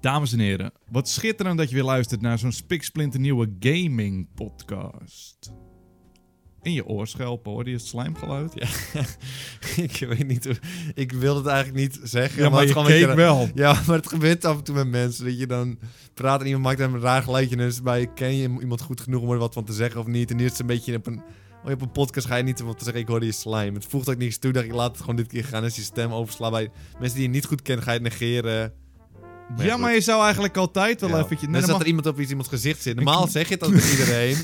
Dames en heren, wat schitterend dat je weer luistert naar zo'n spiksplinternieuwe gaming podcast. In je oorschelpen hoor je het slijmgeluid. Ja, ik weet niet hoe... Ik wil het eigenlijk niet zeggen. maar het je gewoon een keek keer- wel. Ja, maar het gebeurt af en toe met mensen. Dat je dan praat en iemand maakt hem een raar geluidje. En dan is het bij, ken je iemand goed genoeg om er wat van te zeggen of niet? En nu is het een beetje op een... Oh, op een podcast ga je niet wat te zeggen, ik hoorde je slime. Het voegt ook niks toe, dacht ik, laat het gewoon dit keer gaan. Als je stem overslaat bij mensen die je niet goed kent, ga je het negeren. maar, Maar ja, goed. je zou eigenlijk altijd wel Ja. eventjes... dan Nee, zat dan er mag- iemand op iets, iemands gezicht zit. Normaal zeg je het dan met iedereen.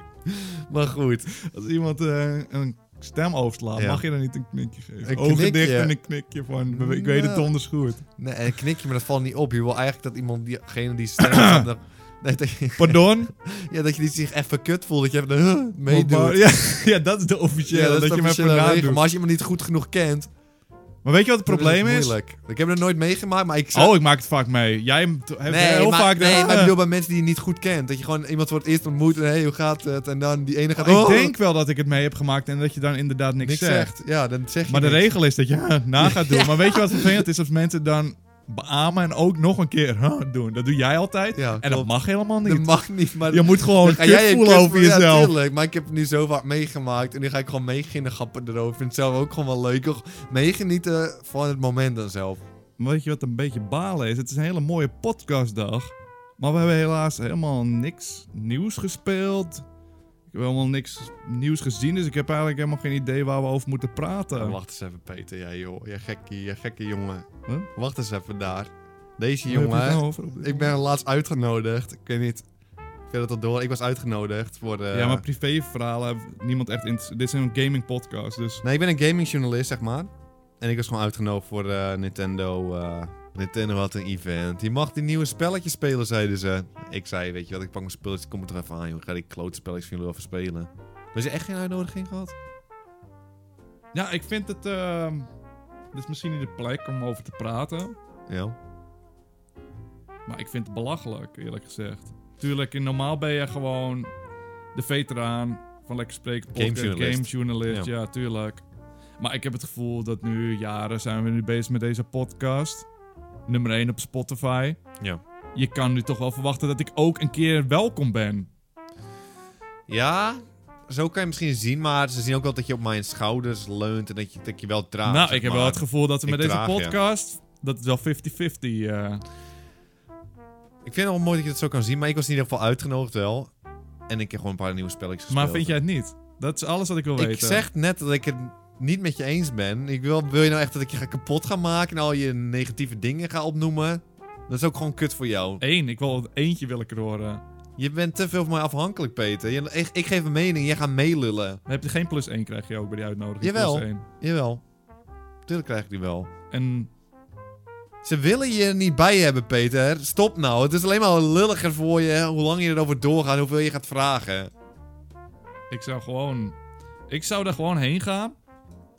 maar goed. als iemand eh, een stem overslaat, Ja. mag je dan niet een knikje geven. Een Ogen knikje. dicht en een knikje van, "We- ik weet het Ja. donders goed. Nee, en knik je, maar dat valt niet op. Je wil eigenlijk dat iemand, diegene die stem zat, dat- nee, dat, je- Pardon? ja, dat je die zich even kut voelt. Dat je even huh, meedoet. Maar- Ja, ja, dat is de officiële, Ja, dat, is je de hem even officiële regel. nadoet. Maar als je iemand niet goed genoeg kent, dan Maar weet je wat het is probleem het is? moeilijk. Ik heb het nooit meegemaakt, maar ik Oh, ik maak het vaak mee. Jij hebt hebt Nee, heel maar, vaak... de- nee maar ik Ah. bedoel bij mensen die je niet goed kent. Dat je gewoon iemand voor het eerst ontmoet en hé, hey, hoe gaat het? En dan die ene gaat... Maar oh, Ik denk wel dat ik het mee heb gemaakt en dat je dan inderdaad niks, niks zegt. zegt. Ja, dan zeg je Maar de niks. regel is dat je huh, na gaat doen. Maar weet je wat vervelend is? Als mensen dan beamen en ook nog een keer huh, doen. Dat doe jij altijd. Ja, en dat klopt. mag helemaal Dat niet. mag niet, maar... Je moet gewoon Dan ga jij kut je voelen kut over voelen, ja, jezelf. tuurlijk, maar ik heb het nu zo vaak meegemaakt. En nu ga ik gewoon meeginnen grappen erover. Ik vind het zelf ook gewoon wel leuk. Toch meegenieten van het moment dan zelf. Maar weet je wat een beetje balen is? Het is een hele mooie podcastdag. Maar we hebben helaas helemaal niks nieuws gespeeld. Ik heb helemaal niks nieuws gezien. Dus ik heb eigenlijk helemaal geen idee waar we over moeten praten. Wacht eens even, Peter. Jij, joh. Jij gekkie, jij gekke jongen. Huh? Wacht eens even daar. Deze Waar heb je het jongen... nou over op dit Ik ben laatst uitgenodigd. Ik weet niet. Ik weet het al door. Ik was uitgenodigd voor. eh, Ja, maar privéverhalen heeft niemand echt... in. Dit is een gaming podcast, dus... Nee, ik ben een gamingjournalist, zeg maar. En ik was gewoon uitgenodigd voor eh, Nintendo. eh, Nintendo had een event. Je mag die nieuwe spelletjes spelen, zeiden ze. Ik zei, weet je wat, ik pak mijn spulletjes, ik kom er toch even aan, joh. Ik ga die klote spelletjes van jullie wel even spelen. Was je echt geen uitnodiging gehad? Ja, ik vind het... ehm, dit is misschien niet de plek om over te praten. Ja. Maar ik vind het belachelijk, eerlijk gezegd. Tuurlijk, in normaal ben je gewoon de veteraan van Lekker Spreken podcast, Gamejournalist. gamejournalist, ja. tuurlijk. Maar ik heb het gevoel dat nu jaren zijn we nu bezig met deze podcast. Nummer 1 op Spotify. Ja. Je kan nu toch wel verwachten dat ik ook een keer welkom ben. Ja, zo kan je misschien zien, maar ze zien ook wel dat je op mijn schouders leunt en dat je, dat je wel draagt. nou, zeg ik heb maar. wel het gevoel dat we Ik met deze draag, ja. podcast... Dat is wel 50-50. eh. Ik vind het wel mooi dat je dat zo kan zien, maar ik was in ieder geval uitgenodigd wel. En ik heb gewoon een paar nieuwe spelletjes gespeeld. maar vind jij het niet? Dat is alles wat ik wil Ik weten. zeg net dat ik het niet met je eens ben. Ik wil, wil je nou echt dat ik je ga kapot ga maken en al je negatieve dingen ga opnoemen? Dat is ook gewoon kut voor jou. Eén, ik wil eentje wil ik er horen. Je bent te veel van mij afhankelijk, Peter. Je- ik, ik geef een mening, jij gaat meelullen. Dan heb je geen plus één krijg je ook bij die uitnodiging. Jawel. Plus één. Jawel. Tuurlijk krijg ik die wel. En Ze willen je er niet bij hebben, Peter. Stop nou. Het is alleen maar lulliger voor je hoe lang je erover doorgaat, hoeveel je gaat vragen. ik zou gewoon... Ik zou daar gewoon heen gaan.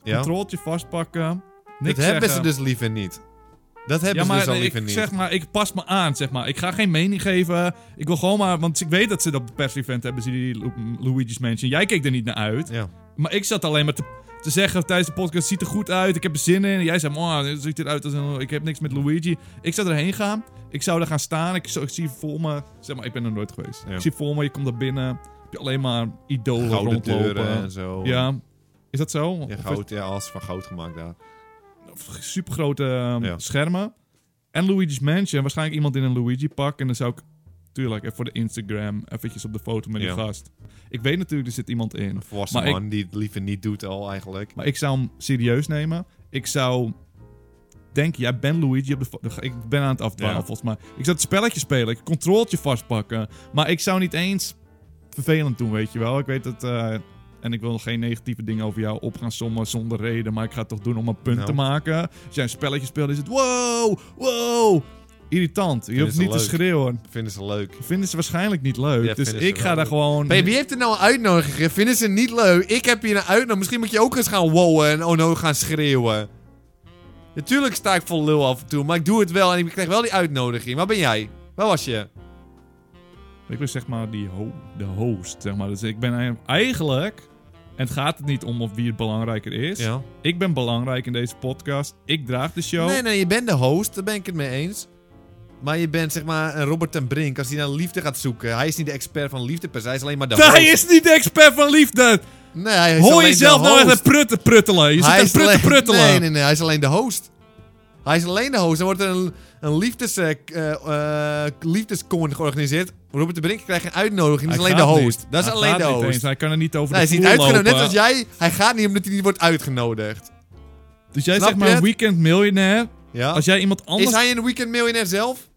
Ja? Een trolltje vastpakken. Niks dat hebben ze zeggen. dus liever niet. Dat hebben ja, ze maar dus al ik liever niet. zeg maar, ik pas me aan, zeg maar. Ik ga geen mening geven. Ik wil gewoon maar... Want ik weet dat ze dat op het pers-event hebben, ze die Lu- Luigi's Mansion. Jij keek er niet naar uit. Ja. Maar ik zat alleen maar te, te zeggen tijdens de podcast, ziet er goed uit, ik heb er zin in. En jij zei, oh, het ziet eruit als een, ik heb niks met Luigi. Ik zou erheen gaan, ik zou daar gaan staan, ik, zou- ik zie voor me, zeg maar, ik ben er nooit geweest. Ja. Ik zie voor me, je komt daar binnen, heb je alleen maar idolen Gouden rondlopen. deuren en zo. Ja, is dat zo? Ja, Of is- goud, ja, alles van goud gemaakt daar. of supergrote ehm, Ja. schermen. En Luigi's Mansion. Waarschijnlijk iemand in een Luigi pak. En dan zou ik, tuurlijk, even voor de Instagram eventjes op de foto met die Ja. gast. Ik weet natuurlijk, er zit iemand in. Een volwassen Maar ik- man die het liever niet doet al eigenlijk. Maar ik zou hem serieus nemen. Ik zou denken, jij bent Luigi. Op de fo- ik ben aan het afdwalen, Ja. volgens mij. Ik zou het spelletje spelen. Ik een controltje vastpakken. Maar ik zou niet eens vervelend doen, weet je wel. Ik weet dat... eh, en ik wil geen negatieve dingen over jou op gaan sommen zonder reden. Maar ik ga het toch doen om een punt Nou. te maken. Als jij een spelletje speelt, is het... Wow, wow. Irritant. Je hoeft ze niet te leuk. schreeuwen. Vinden ze leuk. Vinden ze waarschijnlijk niet leuk. Ja, dus vinden ze ik ga wel daar leuk. gewoon... Hey, wie heeft er nou een uitnodiging? gegeven? Vinden ze niet leuk? Ik heb hier een uitnodiging. Misschien moet je ook eens gaan wowen en oh no gaan schreeuwen. Natuurlijk sta ik vol lul af en toe, maar ik doe het wel en ik krijg wel die uitnodiging. Waar ben jij? Waar was je? Ik ben zeg maar die ho- de host, zeg maar. Dus ik ben eigenlijk- eigenlijk... En het gaat het niet om of wie het belangrijker is. Ik ben belangrijk in deze podcast. Ik draag de show. Nee, nee, je bent de host. Daar ben ik het mee eens. Maar je bent zeg maar een Robert ten Brink als hij naar liefde gaat zoeken. Hij is niet de expert van liefde per se, hij is alleen maar de Hij host. is niet de expert van liefde! Nee, hij is Hoor alleen jezelf de nou echt host. een prutten pruttelen? Je zit Hij een prutten alleen- pruttelen. Nee, nee, nee, hij is alleen de host. Hij is alleen de host. Dan wordt er een, een liefdes, eh, k- eh, eh, liefdescon georganiseerd. Robert de Brink krijgt geen uitnodiging, hij is Hij alleen de gaat host. niet. Dat is Hij alleen gaat de niet host. eens. Hij kan er niet over Nee, hij is de niet vloer uitgenodigd, net lopen. als jij. Hij gaat niet omdat hij niet wordt uitgenodigd. Dus jij Snap zegt je maar het? een weekend miljonair. Ja? Als jij iemand anders... Is hij een weekend miljonair zelf?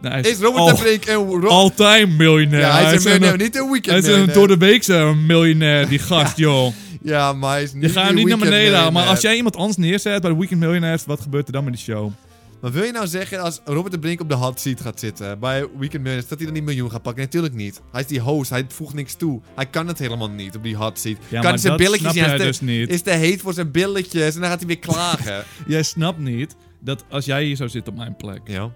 Nee, hij Is Robert al- de Brink een... Ro- Altijd miljonair. ja, hij is een miljonair, een- niet een Oh, Hij weekend is een miljonair. door de week zijn miljonair, die gast, joh. Ja, maar hij is Je niet gaat hem die niet naar weekend beneden halen. Maar miljonair. als jij iemand anders neerzet bij de Weekend Millionaires, wat gebeurt er dan met die show? Maar wil je nou zeggen, als Robert de Brink op de hot seat gaat zitten bij Weekend Millionaires, dat hij dan die miljoen gaat pakken? Natuurlijk niet. Hij is die host, hij voegt niks toe. Hij kan het helemaal niet op die hot seat. Ja, kan maar zijn dat billetjes snap niet. Hij jij is te- dus niet. Is te heet voor zijn billetjes en dan gaat hij weer klagen. Jij snapt niet dat als jij hier zou zitten op mijn plek. ja.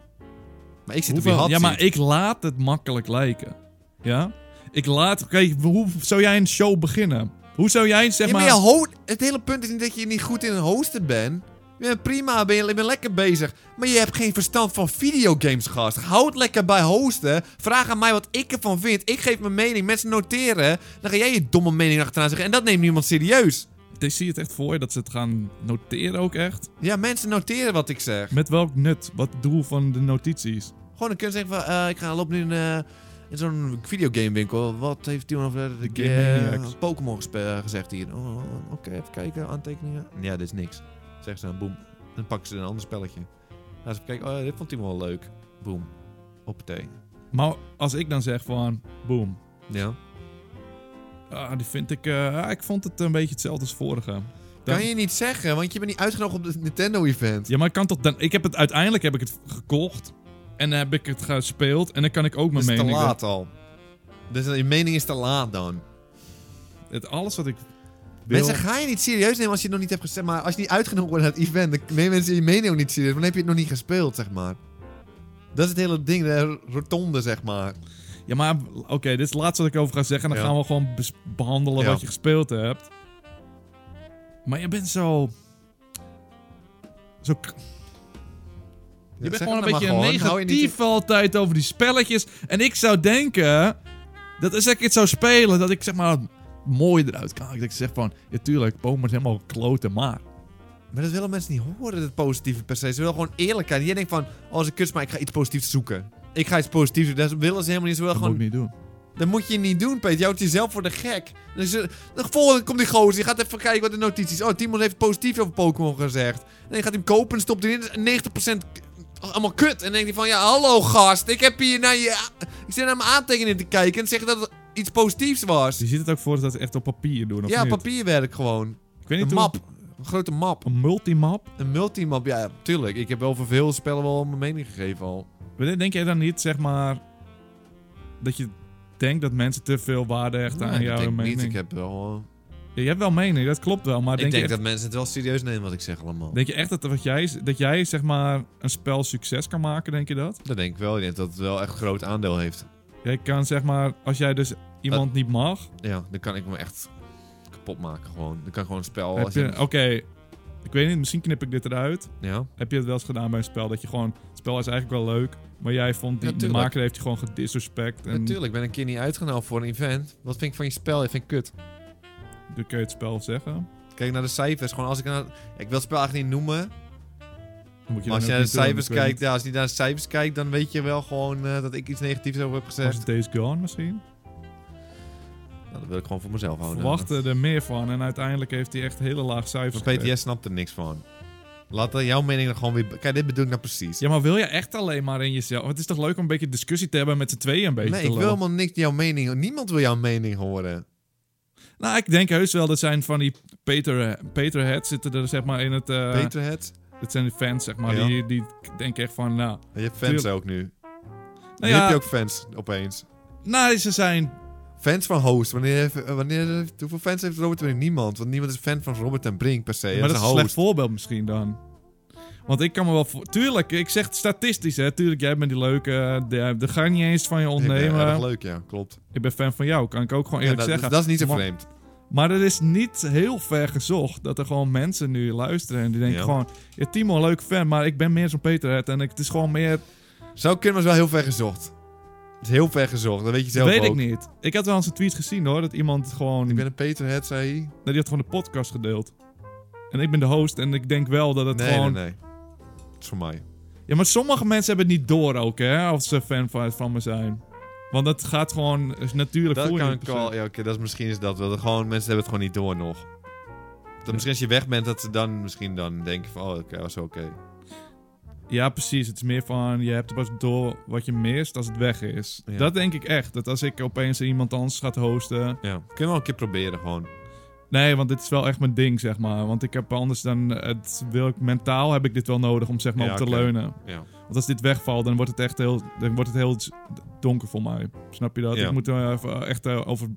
Maar ik zit op die Hoeveel- hot ja, seat. maar ik laat het makkelijk lijken. Ja? Ik laat... Kijk, hoe zou jij een show beginnen? Hoe zou jij, zeg Ja, maar... maar je ho- het hele punt is niet dat je niet goed in het hosten bent. Je bent prima, ben je, je bent lekker bezig. Maar je hebt geen verstand van videogames, gast. Houd lekker bij hosten. Vraag aan mij wat ik ervan vind. Ik geef mijn mening. Mensen noteren. Dan ga jij je domme mening achteraan zeggen. En dat neemt niemand serieus. Ik zie het echt voor je dat ze het gaan noteren ook echt. Ja, mensen noteren wat ik zeg. Met welk nut? Wat het doel van de notities? Gewoon, dan kun je zeggen van... eh, ik ga lopen nu in, eh, in zo'n videogamewinkel. Wat heeft die over de Game Maniacs. Pokémon gespe- eh, gezegd hier? Oh, Oké, even kijken. Aantekeningen. Ja, dit is niks. Zeggen ze dan, boem. Dan pakken ze een ander spelletje. Gaan ze even kijken. Oh, dit vond hij wel leuk. Boem. Hoppatee. Maar als ik dan zeg van... Boom. Ja. Ah, die vind ik... eh, ah, ik vond het een beetje hetzelfde als vorige. Dan- Kan je niet zeggen, want je bent niet uitgenodigd op het Nintendo-event. Ja, maar ik kan toch dan... Ik heb het uiteindelijk heb ik het gekocht. En dan heb ik het gespeeld. En dan kan ik ook Dat mijn is te mening... doen. laat al. Dus je mening is te laat dan. Het, alles wat ik wil... Mensen ga je niet serieus nemen als je het nog niet hebt gespeeld. Maar als je niet uitgenodigd wordt naar het event, dan nemen mensen je mening ook niet serieus. Maar dan heb je het nog niet gespeeld, zeg maar. Dat is het hele ding, de rotonde, zeg maar. Ja, maar oké, dit is het laatste wat ik over ga zeggen. Dan Ja. gaan we gewoon bes- behandelen Ja. wat je gespeeld hebt. Maar je bent zo... Zo... k- Je bent gewoon nou een beetje negatief altijd over die spelletjes. En ik zou denken... Dat als ik het zou spelen, dat ik zeg maar mooi eruit kan. Dat ik zeg van, ja tuurlijk, Bomer is helemaal kloten, maar... Maar dat willen mensen niet horen, het positieve per se. Ze willen gewoon eerlijkheid. Jij denkt van, oh, als ik kus maar ik ga iets positiefs zoeken. Ik ga iets positiefs doen. Dat willen ze helemaal niet. Ze willen Dat gewoon moet ik niet doen. Dat moet je niet doen, Peter. Je houdt jezelf voor de gek. Dus, eh, de volgende komt die gozer. Die gaat even kijken wat de notities. Oh, Timon heeft positief over Pokémon gezegd. En dan gaat hij hem kopen en stopt erin. Dat is 90% k- allemaal kut. En dan denkt hij van, ja, hallo gast. Ik heb hier naar je... a- Ik zit naar mijn aantekeningen te kijken en zeg dat het iets positiefs was. Je ziet het ook voor dat ze echt op papier doen, of Ja, niet? papierwerk gewoon. Ik weet Een niet map. Hoe, Een grote map. een multimap? Een multimap. Ja, tuurlijk. Ik heb wel voor veel spellen wel mijn mening gegeven al. Maar Denk jij dan niet, zeg maar, dat je denkt dat mensen te veel waarde hechten aan Nee, dat jouw denk ik mening? niet. Ik heb wel... eh, Ja, je hebt wel mening, dat klopt wel, maar ik denk, denk je echt, dat mensen het wel serieus nemen wat ik zeg allemaal. denk je echt dat, wat jij, dat jij, zeg maar, een spel succes kan maken, denk je dat? Dat denk ik wel. Ik denk dat het wel echt groot aandeel heeft. Jij kan, zeg maar, als jij dus iemand niet mag, Ja, dan kan ik me echt kapot maken gewoon. Dan kan ik gewoon een spel... heb als je, oh, je- oké, ik weet niet, misschien knip ik dit eruit. Ja, Heb je het wel eens gedaan bij een spel, dat je gewoon, het spel is eigenlijk wel leuk, maar jij vond die, de Natuurlijk. maker heeft je gewoon gedisrespect en natuurlijk. Ik ben een keer niet uitgenodigd voor een event. Wat vind ik van je spel? Ik vind het kut. dan kun je het spel zeggen. Kijk naar de cijfers. Gewoon als ik naar... Ik wil het spel eigenlijk niet noemen. Maar Dan moet je als je dan ook naar de niet doen, cijfers ik weet kijkt... Ja, als je naar de cijfers kijkt, dan weet je wel gewoon eh, dat ik iets negatiefs over heb niet, gezegd. Was Days Gone misschien? Nou, dat wil ik gewoon voor mezelf houden. verwachten eh, er meer van. En uiteindelijk heeft hij echt hele laag cijfers Maar Peter, jij gekregen. snapt er niks van. Laat dan jouw mening er gewoon weer... Kijk, dit bedoel ik nou precies. Ja, maar wil je echt alleen maar in jezelf? Het is toch leuk om een beetje discussie te hebben met z'n tweeën een beetje nee, te ik wil lullen? helemaal niks jouw mening... Niemand wil jouw mening horen. Nou, ik denk heus wel dat zijn van die Peter, Peterheads zitten er zeg maar in het... eh Peter het? Dat zijn de fans zeg maar. Ja. Die, die denken echt van nou... Je hebt fans Tuurlijk. ook nu. Nu Nou ja, heb je ook fans opeens. nou ze zijn... Fans van host. Wanneer, heeft- eh, wanneer, heeft- hoeveel fans heeft Robert en Brink? Niemand. Want niemand is fan van Robert en Brink per se. maar dat is een een slecht host. voorbeeld misschien dan. Want ik kan me wel... voor- Tuurlijk, ik zeg statistisch hè. Tuurlijk, jij bent die leuke... eh, Daar daar ga ik niet eens van je Ik eh, ben ontnemen. erg Ik, leuk, ja. Klopt. ben fan van jou, kan ik ook gewoon Ja, eerlijk dat, zeggen. dat is niet zo Maar- vreemd. Maar het is niet heel ver gezocht dat er gewoon mensen nu luisteren en die denken Ja. gewoon... Ja, Timo, leuk fan, maar ik ben meer zo'n Peterhead en ik, het is gewoon meer... Zou kunnen, maar is wel heel ver gezocht. Het is heel ver gezocht, dat weet je zelf Weet ook. ik niet. Ik had wel eens een tweet gezien hoor, dat iemand gewoon... Ik ben een Peterhead, zei hij. Nee, die had gewoon de podcast gedeeld. En ik ben de host en ik denk wel dat het nee, gewoon... nee, nee. Het is voor mij. Ja, maar sommige mensen hebben het niet door ook, hè. Of ze fan van me zijn. Want dat gaat gewoon... is Natuurlijk Dat voel je kan het ik wel. persoon. Ja, oké, dat is, misschien is dat wel. Dat Gewoon, mensen hebben het gewoon niet door nog. Dat misschien als je weg bent, dat ze dan misschien dan denken van... Oh, oké, dat is oké. Ja, precies. Het is meer van... Je hebt pas door wat je mist als het weg is. Ja. Dat denk ik echt. Dat als ik opeens iemand anders gaat hosten... Ja. Kunnen we wel een keer proberen gewoon. Nee, want dit is wel echt mijn ding, zeg maar. Want ik heb anders dan... Het, wil ik, mentaal heb ik dit wel nodig om zeg maar Ja, op te oké. leunen. Ja. Want als dit wegvalt, dan wordt het echt heel, dan wordt het heel z- donker voor mij. Snap je dat? Ja. Ik moet er even, eh, echt eh, over...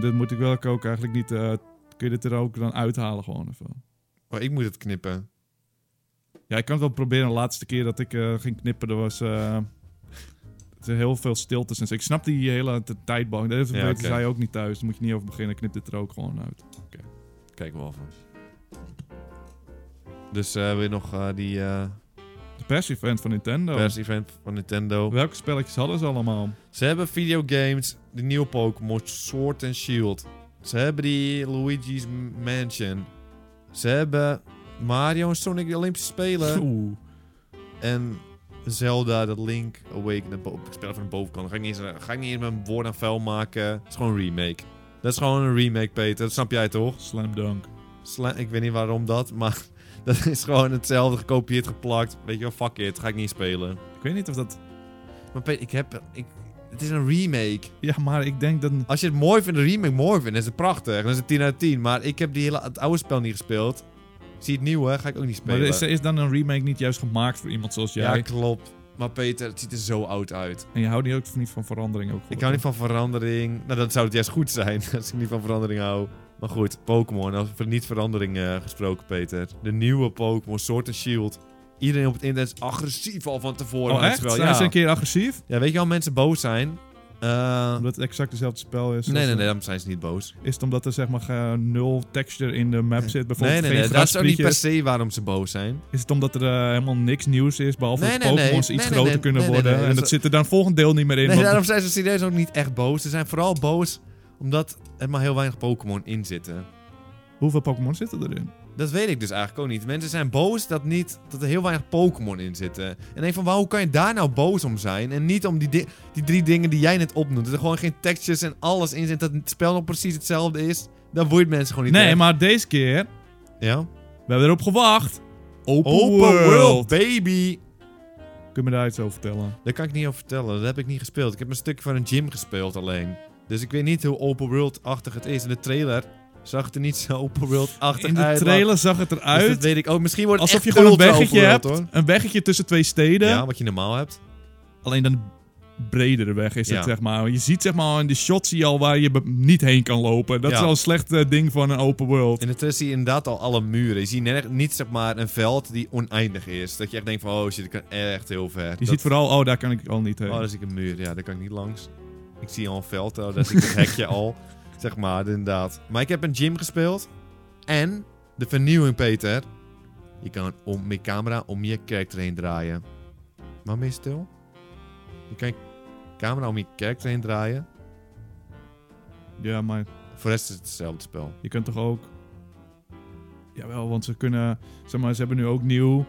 Dit moet ik wel ook eigenlijk niet... eh, kun je dit er ook dan uithalen gewoon even? Maar ik moet het knippen. Ja, ik kan het wel proberen. De laatste keer dat ik eh, ging knippen, er was... eh, er heel veel stiltes en zo. Ik snap die hele t- tijdbank. Dat Ja, weten oké. zij ook niet thuis. Daar moet je niet over beginnen. Knip dit er ook gewoon uit. Kijk wel van. Dus eh wil je nog eh, die eh De pers-event van Nintendo. pers-event van Nintendo? Welke spelletjes hadden ze allemaal? Ze hebben videogames, de nieuwe Pokémon, Sword and Shield. Ze hebben die Luigi's Mansion. Ze hebben Mario en Sonic de Olympische Spelen. Oeh. En Zelda, dat Link Awakening. dat bo- Ik speel van de bovenkant. Ga ik niet eens, ga ik niet eens mijn woord aan vuil maken. Het is gewoon een remake. Dat is gewoon een remake, Peter. Dat snap jij toch? Slam dunk. Sla- ik weet niet waarom dat, maar dat is gewoon hetzelfde. Gekopieerd, geplakt. Weet je wel, fuck it. Ga ik niet spelen. Ik weet niet of dat... Maar Peter, ik heb... Ik, het is een remake. Ja, maar ik denk dat... Als je het mooi vindt, een remake mooi vindt, dan is het prachtig. Dan is het 10 uit 10. Maar ik heb die hele, het oude spel niet gespeeld. Ik zie het nieuwe, ga ik ook niet Maar spelen. is, is dan een remake niet juist gemaakt voor iemand zoals ja, jij? klopt. Maar Peter, het ziet er zo oud uit. En je houdt hier ook niet van verandering ook. Ik hou niet van verandering. Nou, dan zou het juist goed zijn als ik niet van verandering hou. Maar goed, Pokémon. Over niet verandering eh, gesproken, Peter. De nieuwe Pokémon, Sword and Shield. Iedereen op het internet is agressief al van tevoren. Oh met echt? het spel. Zijn ze Ja. een keer agressief? ja, weet je wel, mensen boos zijn. Eh, Omdat het exact hetzelfde spel is? nee, Of nee, nee, dan zijn ze niet boos. Is het omdat er zeg maar eh, nul texture in de map zit? Nee, Bijvoorbeeld nee, geen nee. Dat is ook niet per grasprietjes? se waarom ze boos zijn. Is het omdat er eh, helemaal niks nieuws is, behalve Nee, dat nee, nee. Pokémon's Nee, iets nee, groter nee. kunnen Nee, nee, worden? nee, en dat dat is- zit er dan volgend deel niet meer in. Nee, want- daarom zijn ze serieus ook niet echt boos. Ze zijn vooral boos omdat er maar heel weinig Pokémon in zitten. Hoeveel Pokémon zitten erin? Dat weet ik dus eigenlijk ook niet. Mensen zijn boos dat, niet, dat er heel weinig Pokémon in zitten. En denk van, waar, hoe kan je daar nou boos om zijn? En niet om die, di- die drie dingen die jij net opnoemt. Dat er gewoon geen textures en alles in zit. Dat het spel nog precies hetzelfde is. Dan boeit mensen gewoon niet Nee, echt. maar deze keer, Ja? we hebben erop gewacht. Open, Open world. world. baby! Kun je me daar iets over vertellen? Daar kan ik niet over vertellen. Dat heb ik niet gespeeld. Ik heb een stukje van een gym gespeeld alleen. Dus ik weet niet hoe open world-achtig het is. In de trailer zag het er niet zo open world-achtig uit. In de maar- trailer zag het Dus eruit dat weet ik ook. Misschien wordt het alsof je echt gewoon een ultra weggetje open hebt. world, hoor. Een weggetje tussen twee steden. Ja, wat je normaal hebt. Alleen dan bredere weg is Ja. het, zeg maar. Je ziet zeg maar in de shot zie je al waar je be- niet heen kan lopen. Dat Ja. is al een slecht eh, ding van een open world. En intussen zie je inderdaad al alle muren. Je ziet nerg- niet zeg maar een veld die oneindig is. Dat je echt denkt van, oh shit, ik kan echt heel ver. Je ziet vooral, oh, daar kan ik al niet heen. Oh, daar zie ik een muur. Ja, daar kan ik niet langs. Ik zie al een veld, oh, daar zie ik een hekje al. Zeg maar, inderdaad. Maar ik heb een gym gespeeld. En de vernieuwing, Peter. Je kan om, met je camera om je character heen draaien. Waarom ben je stil? Je kan je camera om je character heen draaien. Ja, maar Voor de rest is het hetzelfde spel. je kunt toch ook... Jawel, want ze kunnen... Zeg maar, ze hebben nu ook nieuw...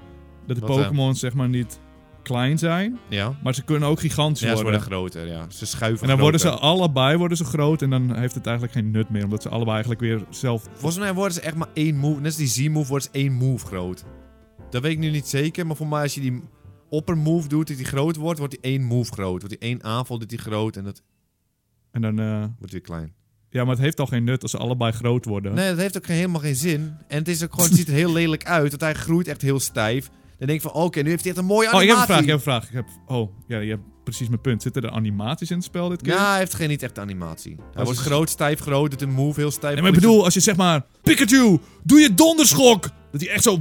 Dat de Wat, eh? Pokémon zeg maar niet klein zijn. Ja? Maar ze kunnen ook gigantisch Ja, ze worden. worden groter, ja. Ze schuiven En dan worden ze groter. allebei worden ze groot. En dan heeft het eigenlijk geen nut meer. Omdat ze allebei eigenlijk weer zelf... Volgens mij worden ze echt maar één move. Net als die Z-move wordt ze één move groot. Dat weet ik nu niet zeker, maar voor mij als je die upper move doet, dat die groot wordt, wordt die één move groot. Wordt die één aanval, dat die groot en dat En dan... eh, wordt weer klein. ja, maar het heeft al geen nut als ze allebei groot worden. Nee, dat heeft ook geen- helemaal geen zin. En het, is ook gewoon, het ziet er heel lelijk uit, want hij groeit echt heel stijf. Dan denk ik van, oké, nu heeft hij echt een mooie Oh, ik heb een animatie. vraag, ik heb een vraag. Ik heb, oh, ja, je hebt precies mijn punt. Zitten er animaties in het spel dit keer? Ja, hij heeft geen, niet echt animatie. Hij Dat wordt is- groot, stijf, groot, doet een move heel stijf. nee, maar ik bedoel, als je zeg maar... Pikachu, doe je donderschok! Dat hij echt zo...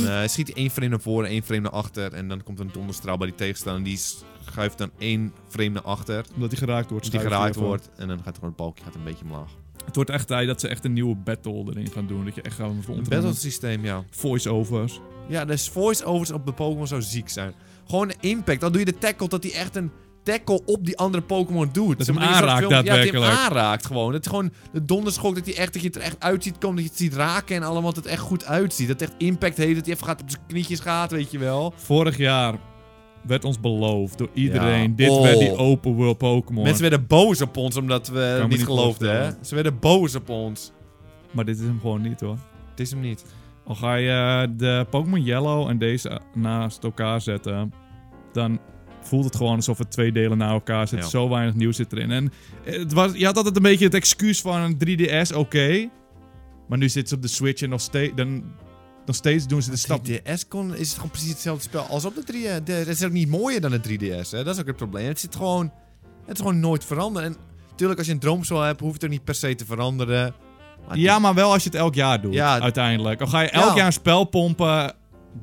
Nee, hij schiet één frame naar voren, één frame naar achter. En dan komt een donderstraal bij die tegenstander. Die schuift dan één frame naar achter. Omdat hij geraakt wordt. Dus die schuift hij geraakt ervan. wordt en dan gaat gewoon het balkje gaat een beetje omlaag. Het wordt echt tijd dat ze echt een nieuwe battle erin gaan doen. Dat je echt gaan Een ontwikkelen. battle systeem, ja. Voice-overs. Ja, dus voice-overs op de Pokémon zou ziek zijn. Gewoon een impact. Dan doe je de tackle dat hij echt een tackle op die andere Pokémon doet. Dat Zeg hem maar, er is zo'n aanraakt filmpje- Ja, dat hij daadwerkelijk. hem aanraakt gewoon. Het is gewoon de donderschok dat hij echt, dat je het er echt uit ziet komen. Dat je het ziet raken en allemaal dat het echt goed uitziet. Dat het echt impact heeft. Dat hij even gaat op zijn knietjes gaat, weet je wel. Vorig jaar werd ons beloofd door iedereen. Ja. Dit Oh. werd die open world Pokémon. Mensen werden boos op ons omdat we het me niet niet geloofden, hè. voorstellen. Ze werden boos op ons. Maar dit is hem gewoon niet hoor. Het is hem niet. Al ga je eh, de Pokémon Yellow en deze eh, naast elkaar zetten, dan voelt het gewoon alsof het twee delen na elkaar zitten. Ja. Zo weinig nieuws zit erin. En het was, je had altijd een beetje het excuus van een 3DS, oké. maar nu zit ze op de Switch en nog steeds, dan, nog steeds doen ze de stap. 3DS kon, is het gewoon precies hetzelfde spel als op de 3DS. Het is ook niet mooier dan de 3DS. Hè? Dat is ook het probleem. Het, zit gewoon, het is gewoon nooit veranderd. En natuurlijk, als je een droomspel hebt, hoeft het er niet per se te veranderen. Maar Ja, maar wel als je het elk jaar doet, Dus- Ja. uiteindelijk. Al ga je elk Ja. jaar een spel pompen,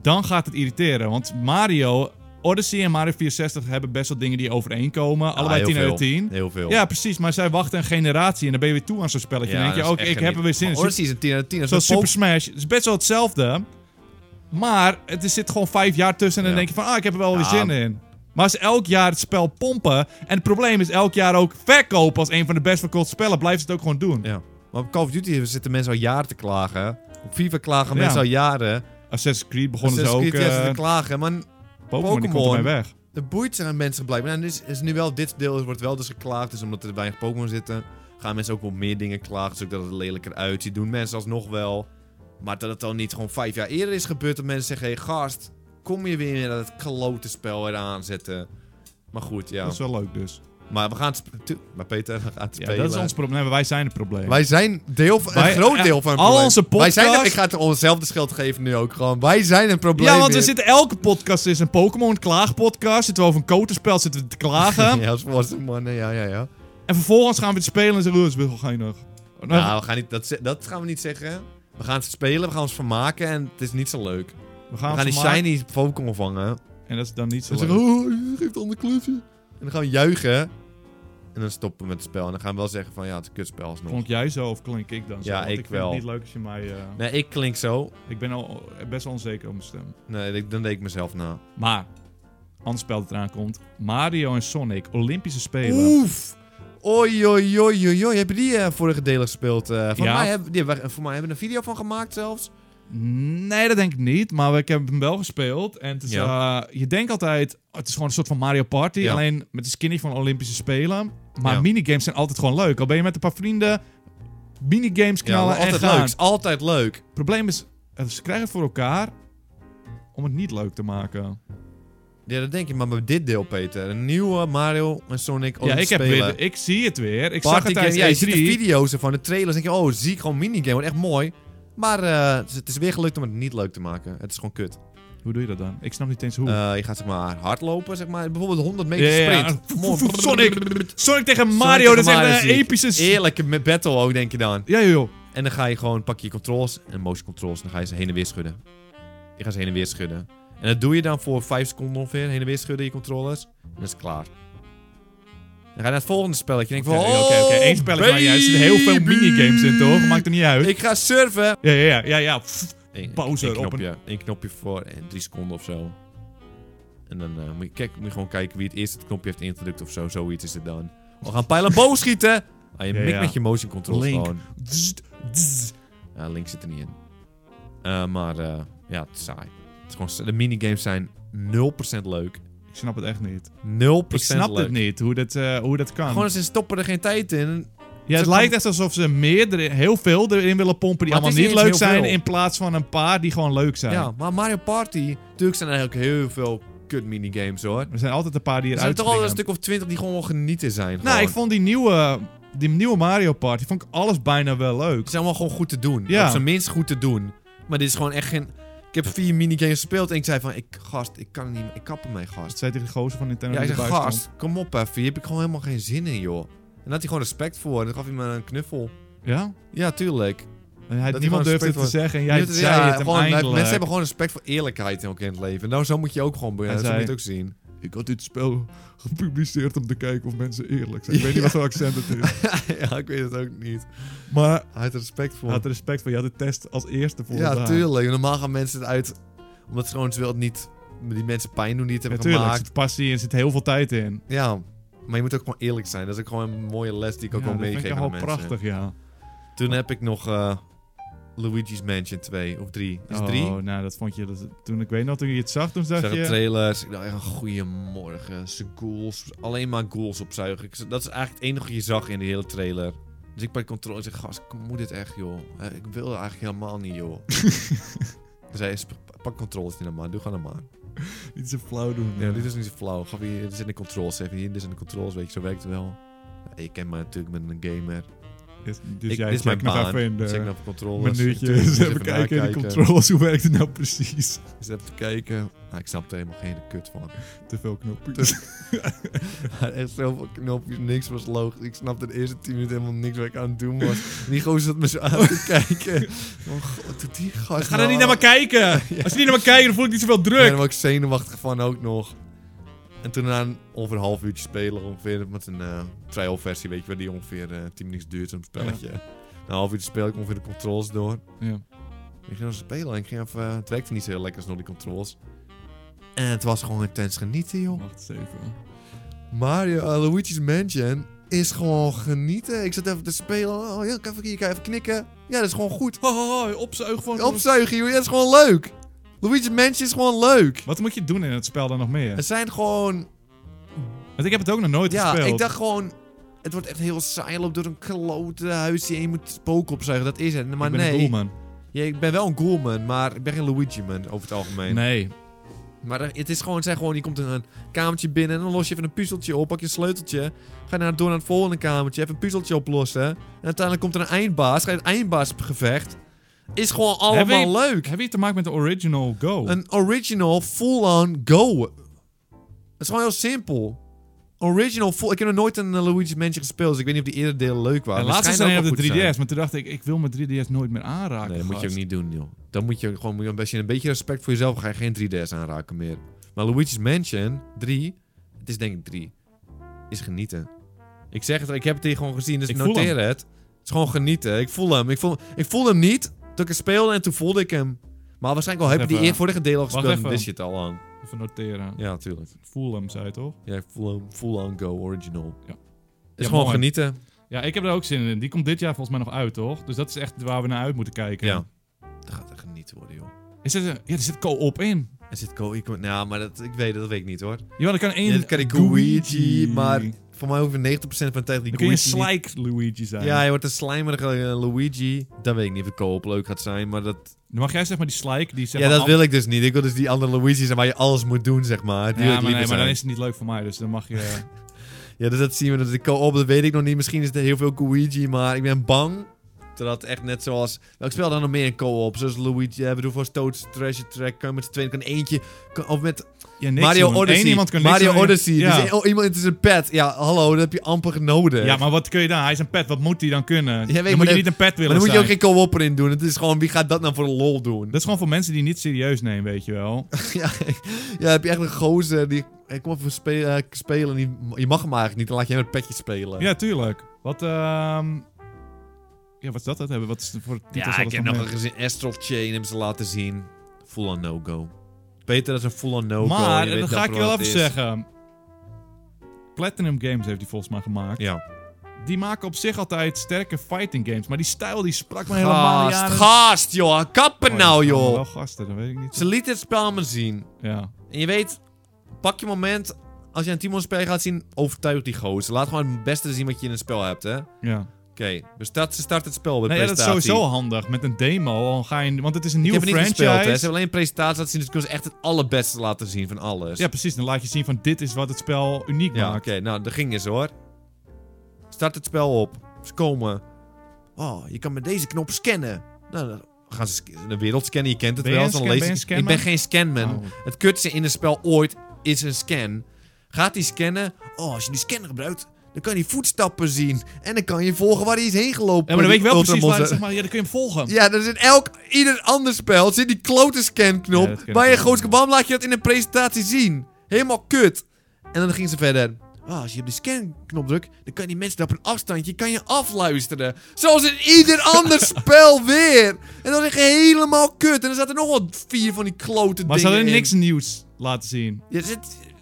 dan gaat het irriteren. Want Mario, Odyssey en Mario 64 hebben best wel dingen die overeenkomen. Allebei 10 uit 10. Ah, Heel veel. Ja, precies. Maar zij wachten een generatie en dan ben je weer toe aan zo'n spelletje. dan Ja, denk dat je, is ook echt ik heb geniet- er weer zin in. Maar Odyssey is een 10 uit 10. Als Zoals een Super Smash. Het is best wel hetzelfde. Maar het is, zit gewoon vijf jaar tussen en dan Ja. denk je van, ah, ik heb er wel weer Ja. zin in. Maar ze elk jaar het spel pompen. En het probleem is elk jaar ook verkopen als een van de best verkochte spellen. Blijft ze het ook gewoon doen. Ja. Maar op Call of Duty zitten mensen al jaren te klagen. Op FIFA klagen Ja. mensen al jaren. Dus Assassin's Creed begonnen Assassin's Creed ze ook. zitten eh, te klagen. Maar Pokémon, die komt Pokémon. ermee weg. de boeit zijn aan mensen blijkbaar. Nou, dus is nu wel dit deel wordt wel dus geklaagd, dus omdat er weinig Pokémon zitten, gaan mensen ook wel meer dingen klagen, dus ook dat het er lelijker uitziet. Doen mensen alsnog wel, maar dat het dan niet gewoon vijf jaar eerder is gebeurd dat mensen zeggen, hé hey, gast, kom je weer met dat klote spel eraan zetten. Maar goed, ja. Dat is wel leuk dus. Maar we gaan het sp- tu- Maar Peter, we gaan het Ja, spelen. dat is ons probleem. Nee, wij zijn het probleem. Wij zijn deel van, Wij- een groot eh, deel van het al probleem. onze Wij zijn, podcasts- ik ga het onszelf de schuld geven nu ook gewoon. Wij zijn een probleem ja, want we hier. zitten elke podcast is een Pokémon klaagpodcast. Zitten we over een kotenspel zitten we te klagen. Ja, als volwassen mannen, ja, ja, ja. En vervolgens gaan we het spelen en zeggen we, het is best wel geinig. Nou, Nou, we gaan niet, dat, ze- dat gaan we niet zeggen. We gaan het spelen, we gaan ons vermaken en het is niet zo leuk. We we gaan, gaan, het die vermaken. shiny Pokémon vangen. En dat is dan niet zo En leuk. zeggen, oh, je geeft ander klusje. En dan gaan we juichen. En dan stoppen we met het spel. En dan gaan we wel zeggen van, ja, het is een kutspel alsnog. Klonk jij zo of klink ik dan zo? Ja, Want ik vind wel. het niet leuk als je mij... eh, Nee, ik klink zo. Ik ben al best wel onzeker om mijn stem. Nee, ik- dan deed ik mezelf na. Maar, ander spel dat eraan komt. Mario en Sonic, Olympische Spelen. Oef! Oei, oei, oei, oei, oei. Heb je die eh, vorige delen gespeeld? eh? van Ja. mij hebben, die hebben we, voor mij hebben we een video van gemaakt zelfs. Nee, dat denk ik niet. Maar ik heb hem wel gespeeld. En het is, Ja. eh, je denkt altijd, oh, het is gewoon een soort van Mario Party. Ja. Alleen met de skinny van Olympische Spelen. Maar Ja. minigames zijn altijd gewoon leuk. Al ben je met een paar vrienden minigames knallen en altijd gaan. leuk. Altijd leuk. Het probleem is, eh, ze krijgen het voor elkaar om het niet leuk te maken. Ja, dat denk je, maar bij dit deel, Peter. Een nieuwe Mario en Sonic ja, ik, Olympische heb Spelen. weer, ik zie het weer. Ik zag Party het tijdens E game, ja, je ziet de E3. video's ervan, de trailers. denk je, oh, zie ik gewoon minigame. Wordt echt mooi. Maar eh, het is- het is weer gelukt om het niet leuk te maken. Het is gewoon kut. Hoe doe je dat dan? Ik snap niet eens hoe. Eh, je gaat zeg maar hardlopen, zeg maar. Bijvoorbeeld 100 Ja, meter ja, ja. sprint. Voet, Mooi. voet, voet, Sonic. Sonic tegen Mario, tegen dat is Mario echt zie een ik. epische... s- Eerlijke me- battle ook, denk je dan. Ja joh. En dan ga je gewoon, pak je je controls en motion controls. En dan ga je ze heen en weer schudden. Je gaat ze heen en weer schudden. En dat doe je dan voor 5 seconden ongeveer. Heen en weer schudden je controllers. En dan is het klaar. Dan ga je naar het volgende spelletje. En denk Oké, van, oké, oké. Eén spelletje maar ja, Er zitten heel veel minigames in, toch? Maakt er niet uit. Ik ga surfen. Ja, ja, ja, ja. ja. Pff, Eén, Pauze één erop knopje, één knopje voor en drie seconden of zo. En dan eh, moet, je kijk, moet je gewoon kijken wie het eerst het knopje heeft ingedrukt of zo. Zoiets is het dan. We gaan pijlen boog schieten. Ah, je Ja, mikt ja. met je motion controls Link. gewoon. Zzzt, zzzt. Ja, link zit er niet in. Eh, maar eh, ja, het is saai. Het is gewoon, sa- de minigames zijn 0% leuk. 0% Ik snap het echt niet. leuk. Ik snap het niet, hoe dat, eh, hoe dat kan. Gewoon, ze stoppen er geen tijd in. ja, het ze lijkt echt alsof ze meer erin- heel veel erin willen pompen die Maar het allemaal is niet niet eens leuk heel zijn, veel. in plaats van een paar die gewoon leuk zijn. Ja, maar Mario Party... Natuurlijk zijn er eigenlijk heel veel kut minigames, hoor. Er zijn altijd een paar die Er zijn eruit toch al een springen. stuk of 20 die gewoon wel genieten zijn. Nou, gewoon. ik vond die nieuwe, die nieuwe Mario Party, vond ik alles bijna wel leuk. Het is allemaal gewoon goed te doen. Ja. Op zijn minst goed te doen. Maar dit is gewoon echt geen... Ik heb vier minigames gespeeld en ik zei van... Ik, gast, ik kan er niet meer. Ik kap ermee, Dat gast. zei tegen de gozer van Nintendo Ja, ik die zei, erbij stond. gast, kom op even. Hier heb ik gewoon helemaal geen zin in, joh. En daar had hij gewoon respect voor. En dan gaf hij me een knuffel. Ja? Ja, tuurlijk. En hij, Dat niemand iemand durfde het respect te zeggen voor- en jij Ja, zei ja, het hem gewoon, eindelijk. Mensen hebben gewoon respect voor eerlijkheid ook in het leven. Nou, zo moet je ook gewoon... Zo Hij moet je zei- het ook zien. Ik had dit spel gepubliceerd om te kijken of mensen eerlijk zijn. Ik weet niet wat voor accent het is. ja, ik weet het ook niet. Maar Hij had er respect voor. hij had er respect voor. Je had de test als eerste voor Ja, gedaan. tuurlijk. Normaal gaan mensen het uit omdat ze gewoon ze wil het niet die mensen pijn doen die het hebben Natuurlijk, er gemaakt. zit passie en zit heel veel tijd in. Ja, maar je moet ook gewoon eerlijk zijn. Dat is ook gewoon een mooie les die ik ook Ja, wel dat vind meegeef ik aan wel mensen. prachtig, ja. Toen heb ik nog eh, Luigi's Mansion 2 of 3. Is oh, 3? nou, dat vond je... dat- toen, ik weet nog, toen je het zag, toen Ik dacht zag op je... trailers. Ik dacht, echt, goeiemorgen. Ze ghouls. Alleen maar ghouls opzuigen. Ik- Dat is eigenlijk het enige wat je zag in de hele trailer. Dus ik pak de controle en zeg, gast, ik moet dit echt, joh. Eh, Ik wil dat eigenlijk helemaal niet, joh. Zij is, pak controles niet maar. Doe gewoon maar. Niet zo flauw doen. Ja, dit is niet zo flauw. Gaf hier, dit is in de controls. Even hier, dit is in de controls. Weet je, zo werkt het wel. Ja, je kent mij natuurlijk, ik ben een gamer. Dus, ik, jij dit is mijn kijkt nog baan. even in Ik Check de naar de controles. minuutjes. Natuurlijk, Even, kijken in nakijken. de controls. Hoe werkt het nou precies? Eens even kijken. Nou, ik snap er helemaal geen kut van. Te veel knopjes. Maar echt zoveel knopjes, niks was logisch. Ik snapte de eerste 10 minuten helemaal niks wat ik aan het doen was. En die gozer zat me zo aan te kijken. Oh god, doet die gast nou, Ga er niet naar me kijken! Als je niet naar me kijkt, dan voel ik niet zoveel Ja, druk. daar was ik zenuwachtig van ook nog. En toen na een, ongeveer een half uurtje spelen, ongeveer met een eh trial versie, weet je wel, die ongeveer eh 10 minuten duurt, zo'n spelletje. Na een half uurtje speel ik ongeveer de controls door. Ja. Ik ging dan spelen en ik ging even, eh, het werkte niet zo heel lekker zonder die controls. En het was gewoon intens genieten, joh. Wacht eens even. Mario, eh, Luigi's Mansion is gewoon genieten. Ik zat even te spelen. Oh ja, kijk even hier, kijk even knikken. Ja, dat is gewoon goed. Oh, oh, oh, opzuig van... Opzuigen, joh. Ja, dat is gewoon leuk. Luigi's Mansion is gewoon leuk. Wat moet je doen in het spel dan nog meer? Het zijn gewoon... Want ik heb het ook nog nooit Ja, gespeeld. ik dacht gewoon... Het wordt echt heel saai. Je loopt door een klote huisje en je moet spoken opzuigen. Dat is het. Maar Ik ben nee. een doelman. Ja, ik ben wel een ghoulman, maar ik ben geen Luigi-man over het algemeen. Nee. Maar er- het is gewoon, het zijn gewoon, je komt in een kamertje binnen en dan los je even een puzzeltje op, pak je een sleuteltje. Ga je naar, door naar het volgende kamertje, even een puzzeltje oplossen. En uiteindelijk komt er een eindbaas, ga je het eindbaasgevecht. Is gewoon allemaal Hebben leuk. Heb je te maken met de original Go? Een original full-on go. Het is gewoon heel simpel. Original full, ik heb nog nooit een eh, Luigi's Mansion gespeeld, dus ik weet niet of die eerder delen leuk waren. en Maar laatst is schijnen er een ook op de 3DS, wel goed te zijn. maar toen dacht ik, ik wil mijn 3DS nooit meer aanraken. Nee, dat moet je ook gast. niet doen, joh. Dan moet je gewoon moet je een beetje, een beetje respect voor jezelf. Ga je geen 3DS aanraken meer. Maar Luigi's Mansion 3, het is denk ik 3, is genieten. Ik zeg het, ik heb het hier gewoon gezien, dus Ik voel noteer het. Het is gewoon genieten. Ik voel hem. Ik voel, ik voel hem niet toen ik het speelde en toen voelde ik hem. Maar waarschijnlijk al heb je die Even. eer- vorige deel al Wacht gespeeld. even. Dit shit al aan. Even noteren. Ja, natuurlijk. Voel hem, zei je toch? Ja, full on, full on go original. Ja. Het is Ja, gewoon mooi. genieten. Ja, ik heb er ook zin in. Die komt dit jaar volgens mij nog uit, toch? Dus dat is echt waar we naar uit moeten kijken. Ja. Dat gaat echt genieten worden, joh. Is het, een- ja, er zit co-op in. Er zit Go... ik- Nou, maar dat, ik weet, dat weet ik niet, hoor. Ja, dan kan één... Ja, dat kan ik Luigi, maar voor mij over 90% van de tijd die Dan kun je een Luigi niet- slijk Luigi zijn. Ja, je wordt een slijmerige eh, Luigi. Dan weet ik niet of koop leuk gaat zijn, maar dat... Dan mag jij zeg maar die slijk, die zeg ja, maar... dat wil ik dus niet. Ik wil dus die andere Luigi zijn waar je alles moet doen, zeg maar. Die wil Ja, ik maar, nee, maar liever dan zijn. is het niet leuk voor mij, dus dan mag je... Ja, dus dat zien we. Dat de co-op, dat weet ik nog niet. Misschien is er heel veel Luigi, maar ik ben bang dat dat echt net zoals... Nou, Welk spel dan nog meer een co-op? Zoals Luigi, eh, bedoel, voor Toads, Treasure Track, kan je met z'n tweeën, kan eentje... kan- of met Ja, niks Mario doen. Eén Odyssey. iemand kan niks Mario doen. Odyssey. Ja. Dus, oh, iemand is een pet. Ja, hallo, dat heb je amper nodig. Ja, maar wat kun je dan? Hij is een pet, wat moet hij dan kunnen? weet ik, dan maar moet je dat- niet een pet willen Maar dan moet je zijn. ook geen co-op erin doen. Het is gewoon, wie gaat dat nou voor een lol doen? Dat is gewoon voor mensen die niet serieus nemen, weet je wel. ja, ja, heb je echt een gozer die... Ik kom even spe- eh, spelen en die, je mag hem eigenlijk niet. Dan laat je hem het petje spelen. Ja, tuurlijk. Wat, ehm Ja, wat is dat? dat hebben? Wat is het voor titel? Ja, ik heb nog een gezien. Astro of Chain hebben ze laten zien. Full on no-go. Beter dat is een full on no-go. Maar, Je weet dat ga ik je wel wel wat even het is. zeggen. Platinum Games heeft die volgens mij gemaakt. Ja. Die maken op zich altijd sterke fighting games. Maar die stijl die sprak me helemaal niet aan. Gast, gast, joh. Kappen Oh, nou, dat zijn joh. Wel gasten, dat weet ik niet. Ze lieten het spel me zien. Ja. En je weet, pak je moment. Als je een Timon spel gaat zien, overtuig die gozer. Laat gewoon het beste zien wat je in een spel hebt, hè. ja. Oké, we start, ze start het spel bij de Nee, ja, dat is presentatie. sowieso handig. Met een demo, al ga je, want het is een Ik nieuwe heb het niet franchise. gespeeld, hè. Ze hebben alleen een presentatie laten zien, dus ik kon ze echt het allerbeste laten zien van alles. Ja, precies. Dan laat je zien van dit is wat het spel uniek Ja, oké, maakt. nou, daar ging ze hoor. Start het spel op. Ze komen. Oh, je kan met deze knop scannen. Nou, dan gaan ze sc- de wereld scannen. Je kent het Ben je wel. een zo'n scan- ben je laser- een scanman? ik ben geen scanman. Oh. Het kutste in een spel ooit is een scan. Gaat die scannen? Oh, als je die scanner gebruikt, dan kan je voetstappen zien. En dan kan je volgen waar hij is heen gelopen. Ja, maar dan weet die je wel precies waar, ultramonster. zeg maar, ja, dan kun je hem volgen. Ja, dat is in elk, ieder ander spel zit die klote Ja, scanknop. dat ken maar ik je ook. gooit kabam, laat je dat in een presentatie zien. Helemaal kut. En dan ging ze verder. Ah, als je op die scanknop drukt, dan kan die mensen daar op een afstandje kan je afluisteren. Zoals in ieder ander spel weer. En dat is echt helemaal kut. En er zaten nog wel vier van die klote Maar ze dingen hadden in. niks nieuws laten zien. Ja, dit,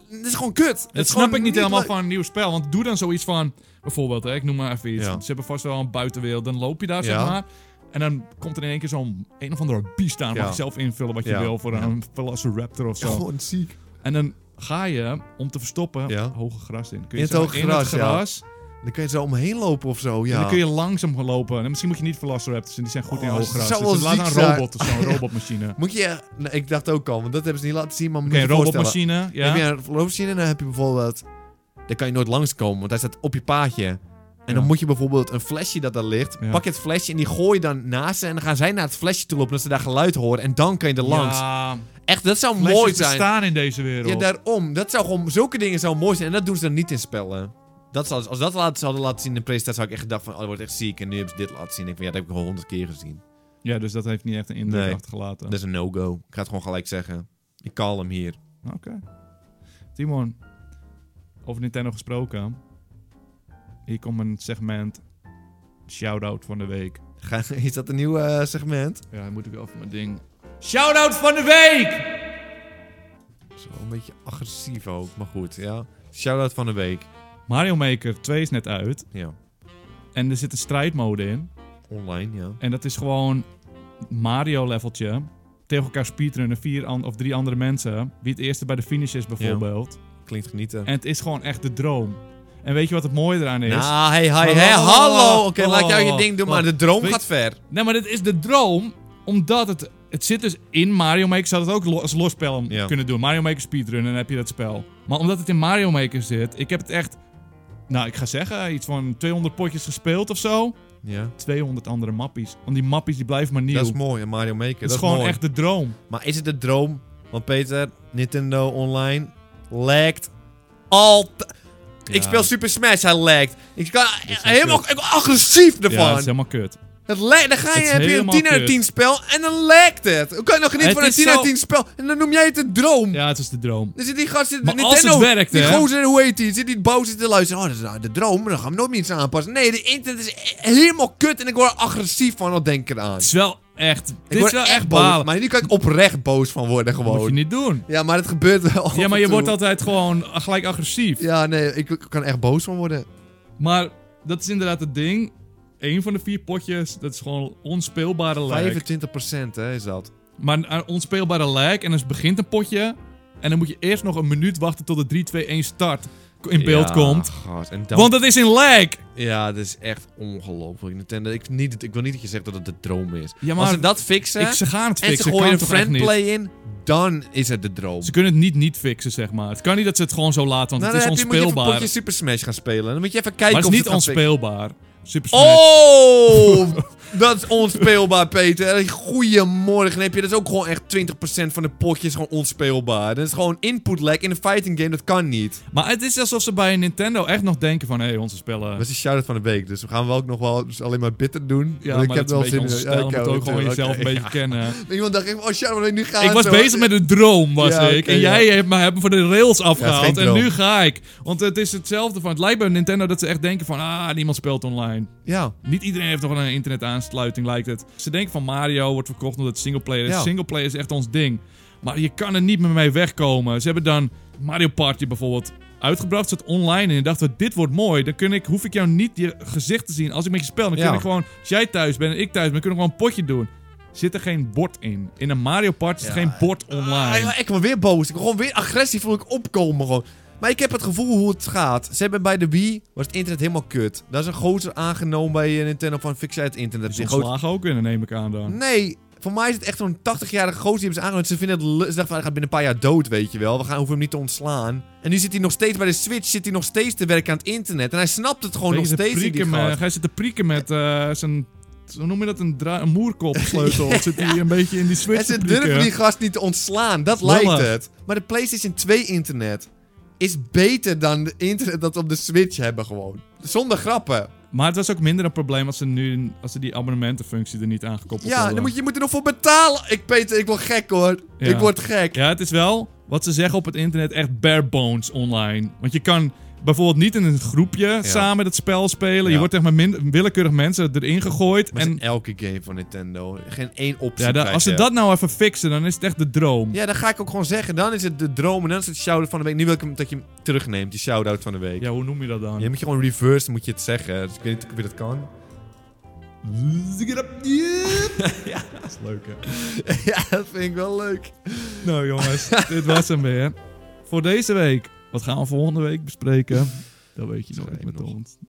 dit is gewoon kut. Dat snap ik niet helemaal van een nieuw spel. Want doe dan zoiets van... Bijvoorbeeld, hè, ik noem maar even iets. Ja. Ze hebben vast wel een buitenwereld. Dan loop je daar, Ja. zeg maar. En dan komt er in één keer zo'n een of andere beest aan. Ja. Mag je zelf invullen wat je Ja. wil voor Ja. een velociraptor of zo. Gewoon ziek. En dan ga je, om te verstoppen, Ja. hoge gras in. Kun In het zeg maar hoge gras, ja. En Dan kun je zo omheen lopen of zo, ja. dan kun je langzaam lopen. En misschien moet je niet velociraptors. En die zijn goed in Oh, hoog het gras. zou Dus wel laat ziek een zijn. robot of zo. Een robotmachine. Oké, Moet je... Nee, ik dacht ook al, want dat hebben ze niet laten zien, maar moet een je voorstellen. robotmachine. Ja. Heb je een loopmachine en dan heb je bijvoorbeeld... Daar kan je nooit langskomen, want hij staat op je paadje. En dan Ja. moet je bijvoorbeeld een flesje dat daar ligt... Ja. Pak je het flesje en die gooi je dan naast ze... en dan gaan zij naar het flesje toe lopen, dat ze daar geluid horen... en dan kan je er langs. Ja, Echt, dat zou flesjes mooi zijn. bestaan in deze wereld. Ja, daarom. Dat zou gewoon, zulke dingen zou mooi zijn. En dat doen ze dan niet in spellen. Dat zou, als dat laten, zouden laten zien in de presentatie, zou ik echt gedacht van, oh, dat wordt echt ziek. En nu hebben ze dit laten zien. Ik denk van, ja, dat heb ik al honderd keer gezien. Ja, dus dat heeft niet echt een indruk Nee. achtergelaten. Dat is een no-go. Ik ga het gewoon gelijk zeggen. Ik call hem hier. Oké. Timon, over Nintendo gesproken. Hier komt een segment. Shoutout van de week. Ga- is dat een nieuw eh, segment? Ja, dan moet ik wel van mijn ding. Shoutout van de week! Zo een beetje agressief ook, maar goed, ja. Shoutout van de week. Mario Maker 2 is net uit. Ja, En er zit een strijdmode in. online, ja. En dat is gewoon Mario leveltje. Tegen elkaar speedrunnen. Vier an- of drie andere mensen. Wie het eerste bij de finish is bijvoorbeeld. Klinkt genieten. En het is gewoon echt de droom. En weet je wat het mooie eraan is? Nou, hey, hey, hey, Hallo, hallo! Oké, hallo, laat jou je hallo, ding doen, maar hallo. de droom Weet- gaat ver. Nee, maar dit is de droom, omdat het... Het zit dus in Mario Maker. Zou dat ook lo- als los spel Ja. kunnen doen. Mario Maker speedrunnen, dan heb je dat spel. Maar omdat het in Mario Maker zit, ik heb het echt... Nou, ik ga zeggen, iets van 200 potjes gespeeld of zo. Ja, 200 andere mappies. Want die mappies die blijven maar nieuw. dat is mooi. En Mario Maker, dat Het is is gewoon mooi. echt de droom. Maar is het de droom? Want Peter, Nintendo Online lekt altijd. Ik Ja. speel Super Smash, hij lekt. Ik kan is wel helemaal ik ben agressief Ja, dat is ervan. helemaal kut. het lekt, dan ga Het je, is heb je een helemaal 10 uit kut. 10 spel en dan lekt het. Hoe kan je nog genieten Het van een is 10 uit zo- 10 spel en dan noem jij het een droom? Ja, het is de droom. Dan zit die gast in Maar als Nintendo. het werkt, die hè? gozer, hoe heet die? Zit die boos te luisteren? Oh, dat is nou de droom, dan gaan we nooit meer iets aanpassen. Nee, de internet is e- helemaal kut en ik word er agressief van, dat denk ik eraan. Het is wel echt... Ik dit is word wel echt boos. balen. Maar nu kan ik oprecht boos van worden Dat moet gewoon. je niet doen. Ja, maar het gebeurt wel. af Ja, maar en je toe. wordt altijd gewoon gelijk agressief. Ja, nee, ik, ik kan echt boos van worden. Maar dat is inderdaad het ding. Eén van de vier potjes, dat is gewoon onspeelbare lag. 25% hè, is dat. Maar een onspeelbare lag en dan begint een potje. En dan moet je eerst nog een minuut wachten tot de 3, 2, 1 start in beeld Ja, komt. gast, en dan- Want dat is in lag! Ja, dat is echt ongelooflijk. Nintendo, ik, niet, dat- ik wil niet dat je zegt dat het de droom is. Ja, Als maar ze dat fixen ik, ze gaan het en ze fixen. Kan gooien een het toch echt niet? friendplay in, dan is het de droom. Ze kunnen het niet niet fixen, zeg maar. Het kan niet dat ze het gewoon zo laten, want Nou, het is dan heb je, moet je even een onspeelbaar. potje Super Smash gaan spelen. Dan moet je even kijken maar het of is ze niet het gaan fixen. onspeelbaar. Super Smash. Oh! dat is onspeelbaar, Peter. Goedemorgen. Dan heb je dat is ook gewoon echt 20% van de potjes gewoon onspeelbaar. Dat is gewoon input lag in een fighting game. Dat kan niet. Maar het is alsof ze bij Nintendo echt nog denken van... Hé, hey, onze spellen... Dat is een shout-out van de week. Dus we gaan wel ook nog wel dus alleen maar bitter doen. Ja, Want maar dat is een beetje in. onze Ja, stijl. oké, Je moet ook gewoon natuurlijk. jezelf een Oké, beetje ja. kennen. Iemand dacht even, oh shout-out, we nu gaan Ik was zo. bezig met een droom, was Ja, ik. oké, en jij hebt me hebben voor de rails Ja, het afgehaald. is geen en droom. nu ga ik. Want het is hetzelfde van... Het lijkt bij Nintendo dat ze echt denken van... Ah, niemand speelt online. Ja. Niet iedereen heeft nog een internetaansluiting, lijkt het. Ze denken van Mario wordt verkocht omdat het singleplayer is. Ja. Singleplayer is echt ons ding. Maar je kan er niet meer mee wegkomen. Ze hebben dan Mario Party bijvoorbeeld uitgebracht. Zat online en je dacht, dit wordt mooi. Dan kun ik, hoef ik jou niet je gezicht te zien als ik met je speel. Dan Ja. kun ik gewoon, als jij thuis bent en ik thuis ben, kunnen we gewoon een potje doen. Zit er geen bord in. In een Mario Party Ja. is er geen bord Ah, online. ja, ik word weer boos. Ik word gewoon weer agressie voel ik opkomen gewoon. Maar ik heb het gevoel hoe het gaat. Ze hebben bij de Wii was het internet helemaal kut. Daar is een gozer aangenomen bij eh, Nintendo van fix jij het internet. Dus Die die gozer- ontslagen ook kunnen, neem ik aan dan. Nee, voor mij is het echt zo'n 80-jarige gozer die hebben ze aangenomen. Ze vinden het lu- ze dachten van, hij gaat binnen een paar jaar dood, weet je wel. We gaan, hoeven hem niet te ontslaan. En nu zit hij nog steeds bij de Switch, zit hij nog steeds te werken aan het internet. En hij snapt het gewoon Weet nog je, ze steeds niet, die prikken met- gast. Hij zit te prieken met eh, zijn... Hoe noem je dat? Een, dra- een moerkopsleutel. Zit hij een beetje in die En switch te ze prikken. durven die gast niet te ontslaan, dat Lullig. lijkt het. Maar de PlayStation 2 internet is beter dan de internet dat we op de Switch hebben gewoon. Zonder grappen. Maar het was ook minder een probleem als ze nu als ze die abonnementenfunctie er niet aangekoppeld Ja, hadden. dan moet je, je moet er nog voor betalen. Ik, Peter, ik word gek hoor. Ja. Ik word gek. Ja, het is wel wat ze zeggen op het internet echt bare bones online. Want je kan bijvoorbeeld niet in een groepje samen dat spel spelen. Je Ja. wordt echt maar min- willekeurig mensen erin gegooid. Maar en en elke game van Nintendo. Geen één optie. ja, da- krijg als ze je. dat nou even fixen, dan is het echt de droom. Ja, dan ga ik ook gewoon zeggen. Dan is het de droom en dan is het shout-out van de week. Nu wil ik hem, dat je hem terugneemt, die shout-out van de week. Ja, hoe noem je dat dan? Je moet je gewoon reverse, moet je het zeggen. Dus ik weet niet of je dat kan. ja, dat is leuk hè. ja, dat vind ik wel leuk. Nou jongens, dit was hem weer. Voor deze week. Wat gaan we volgende week bespreken? Dat weet je nog Schrijf niet met nog. ons.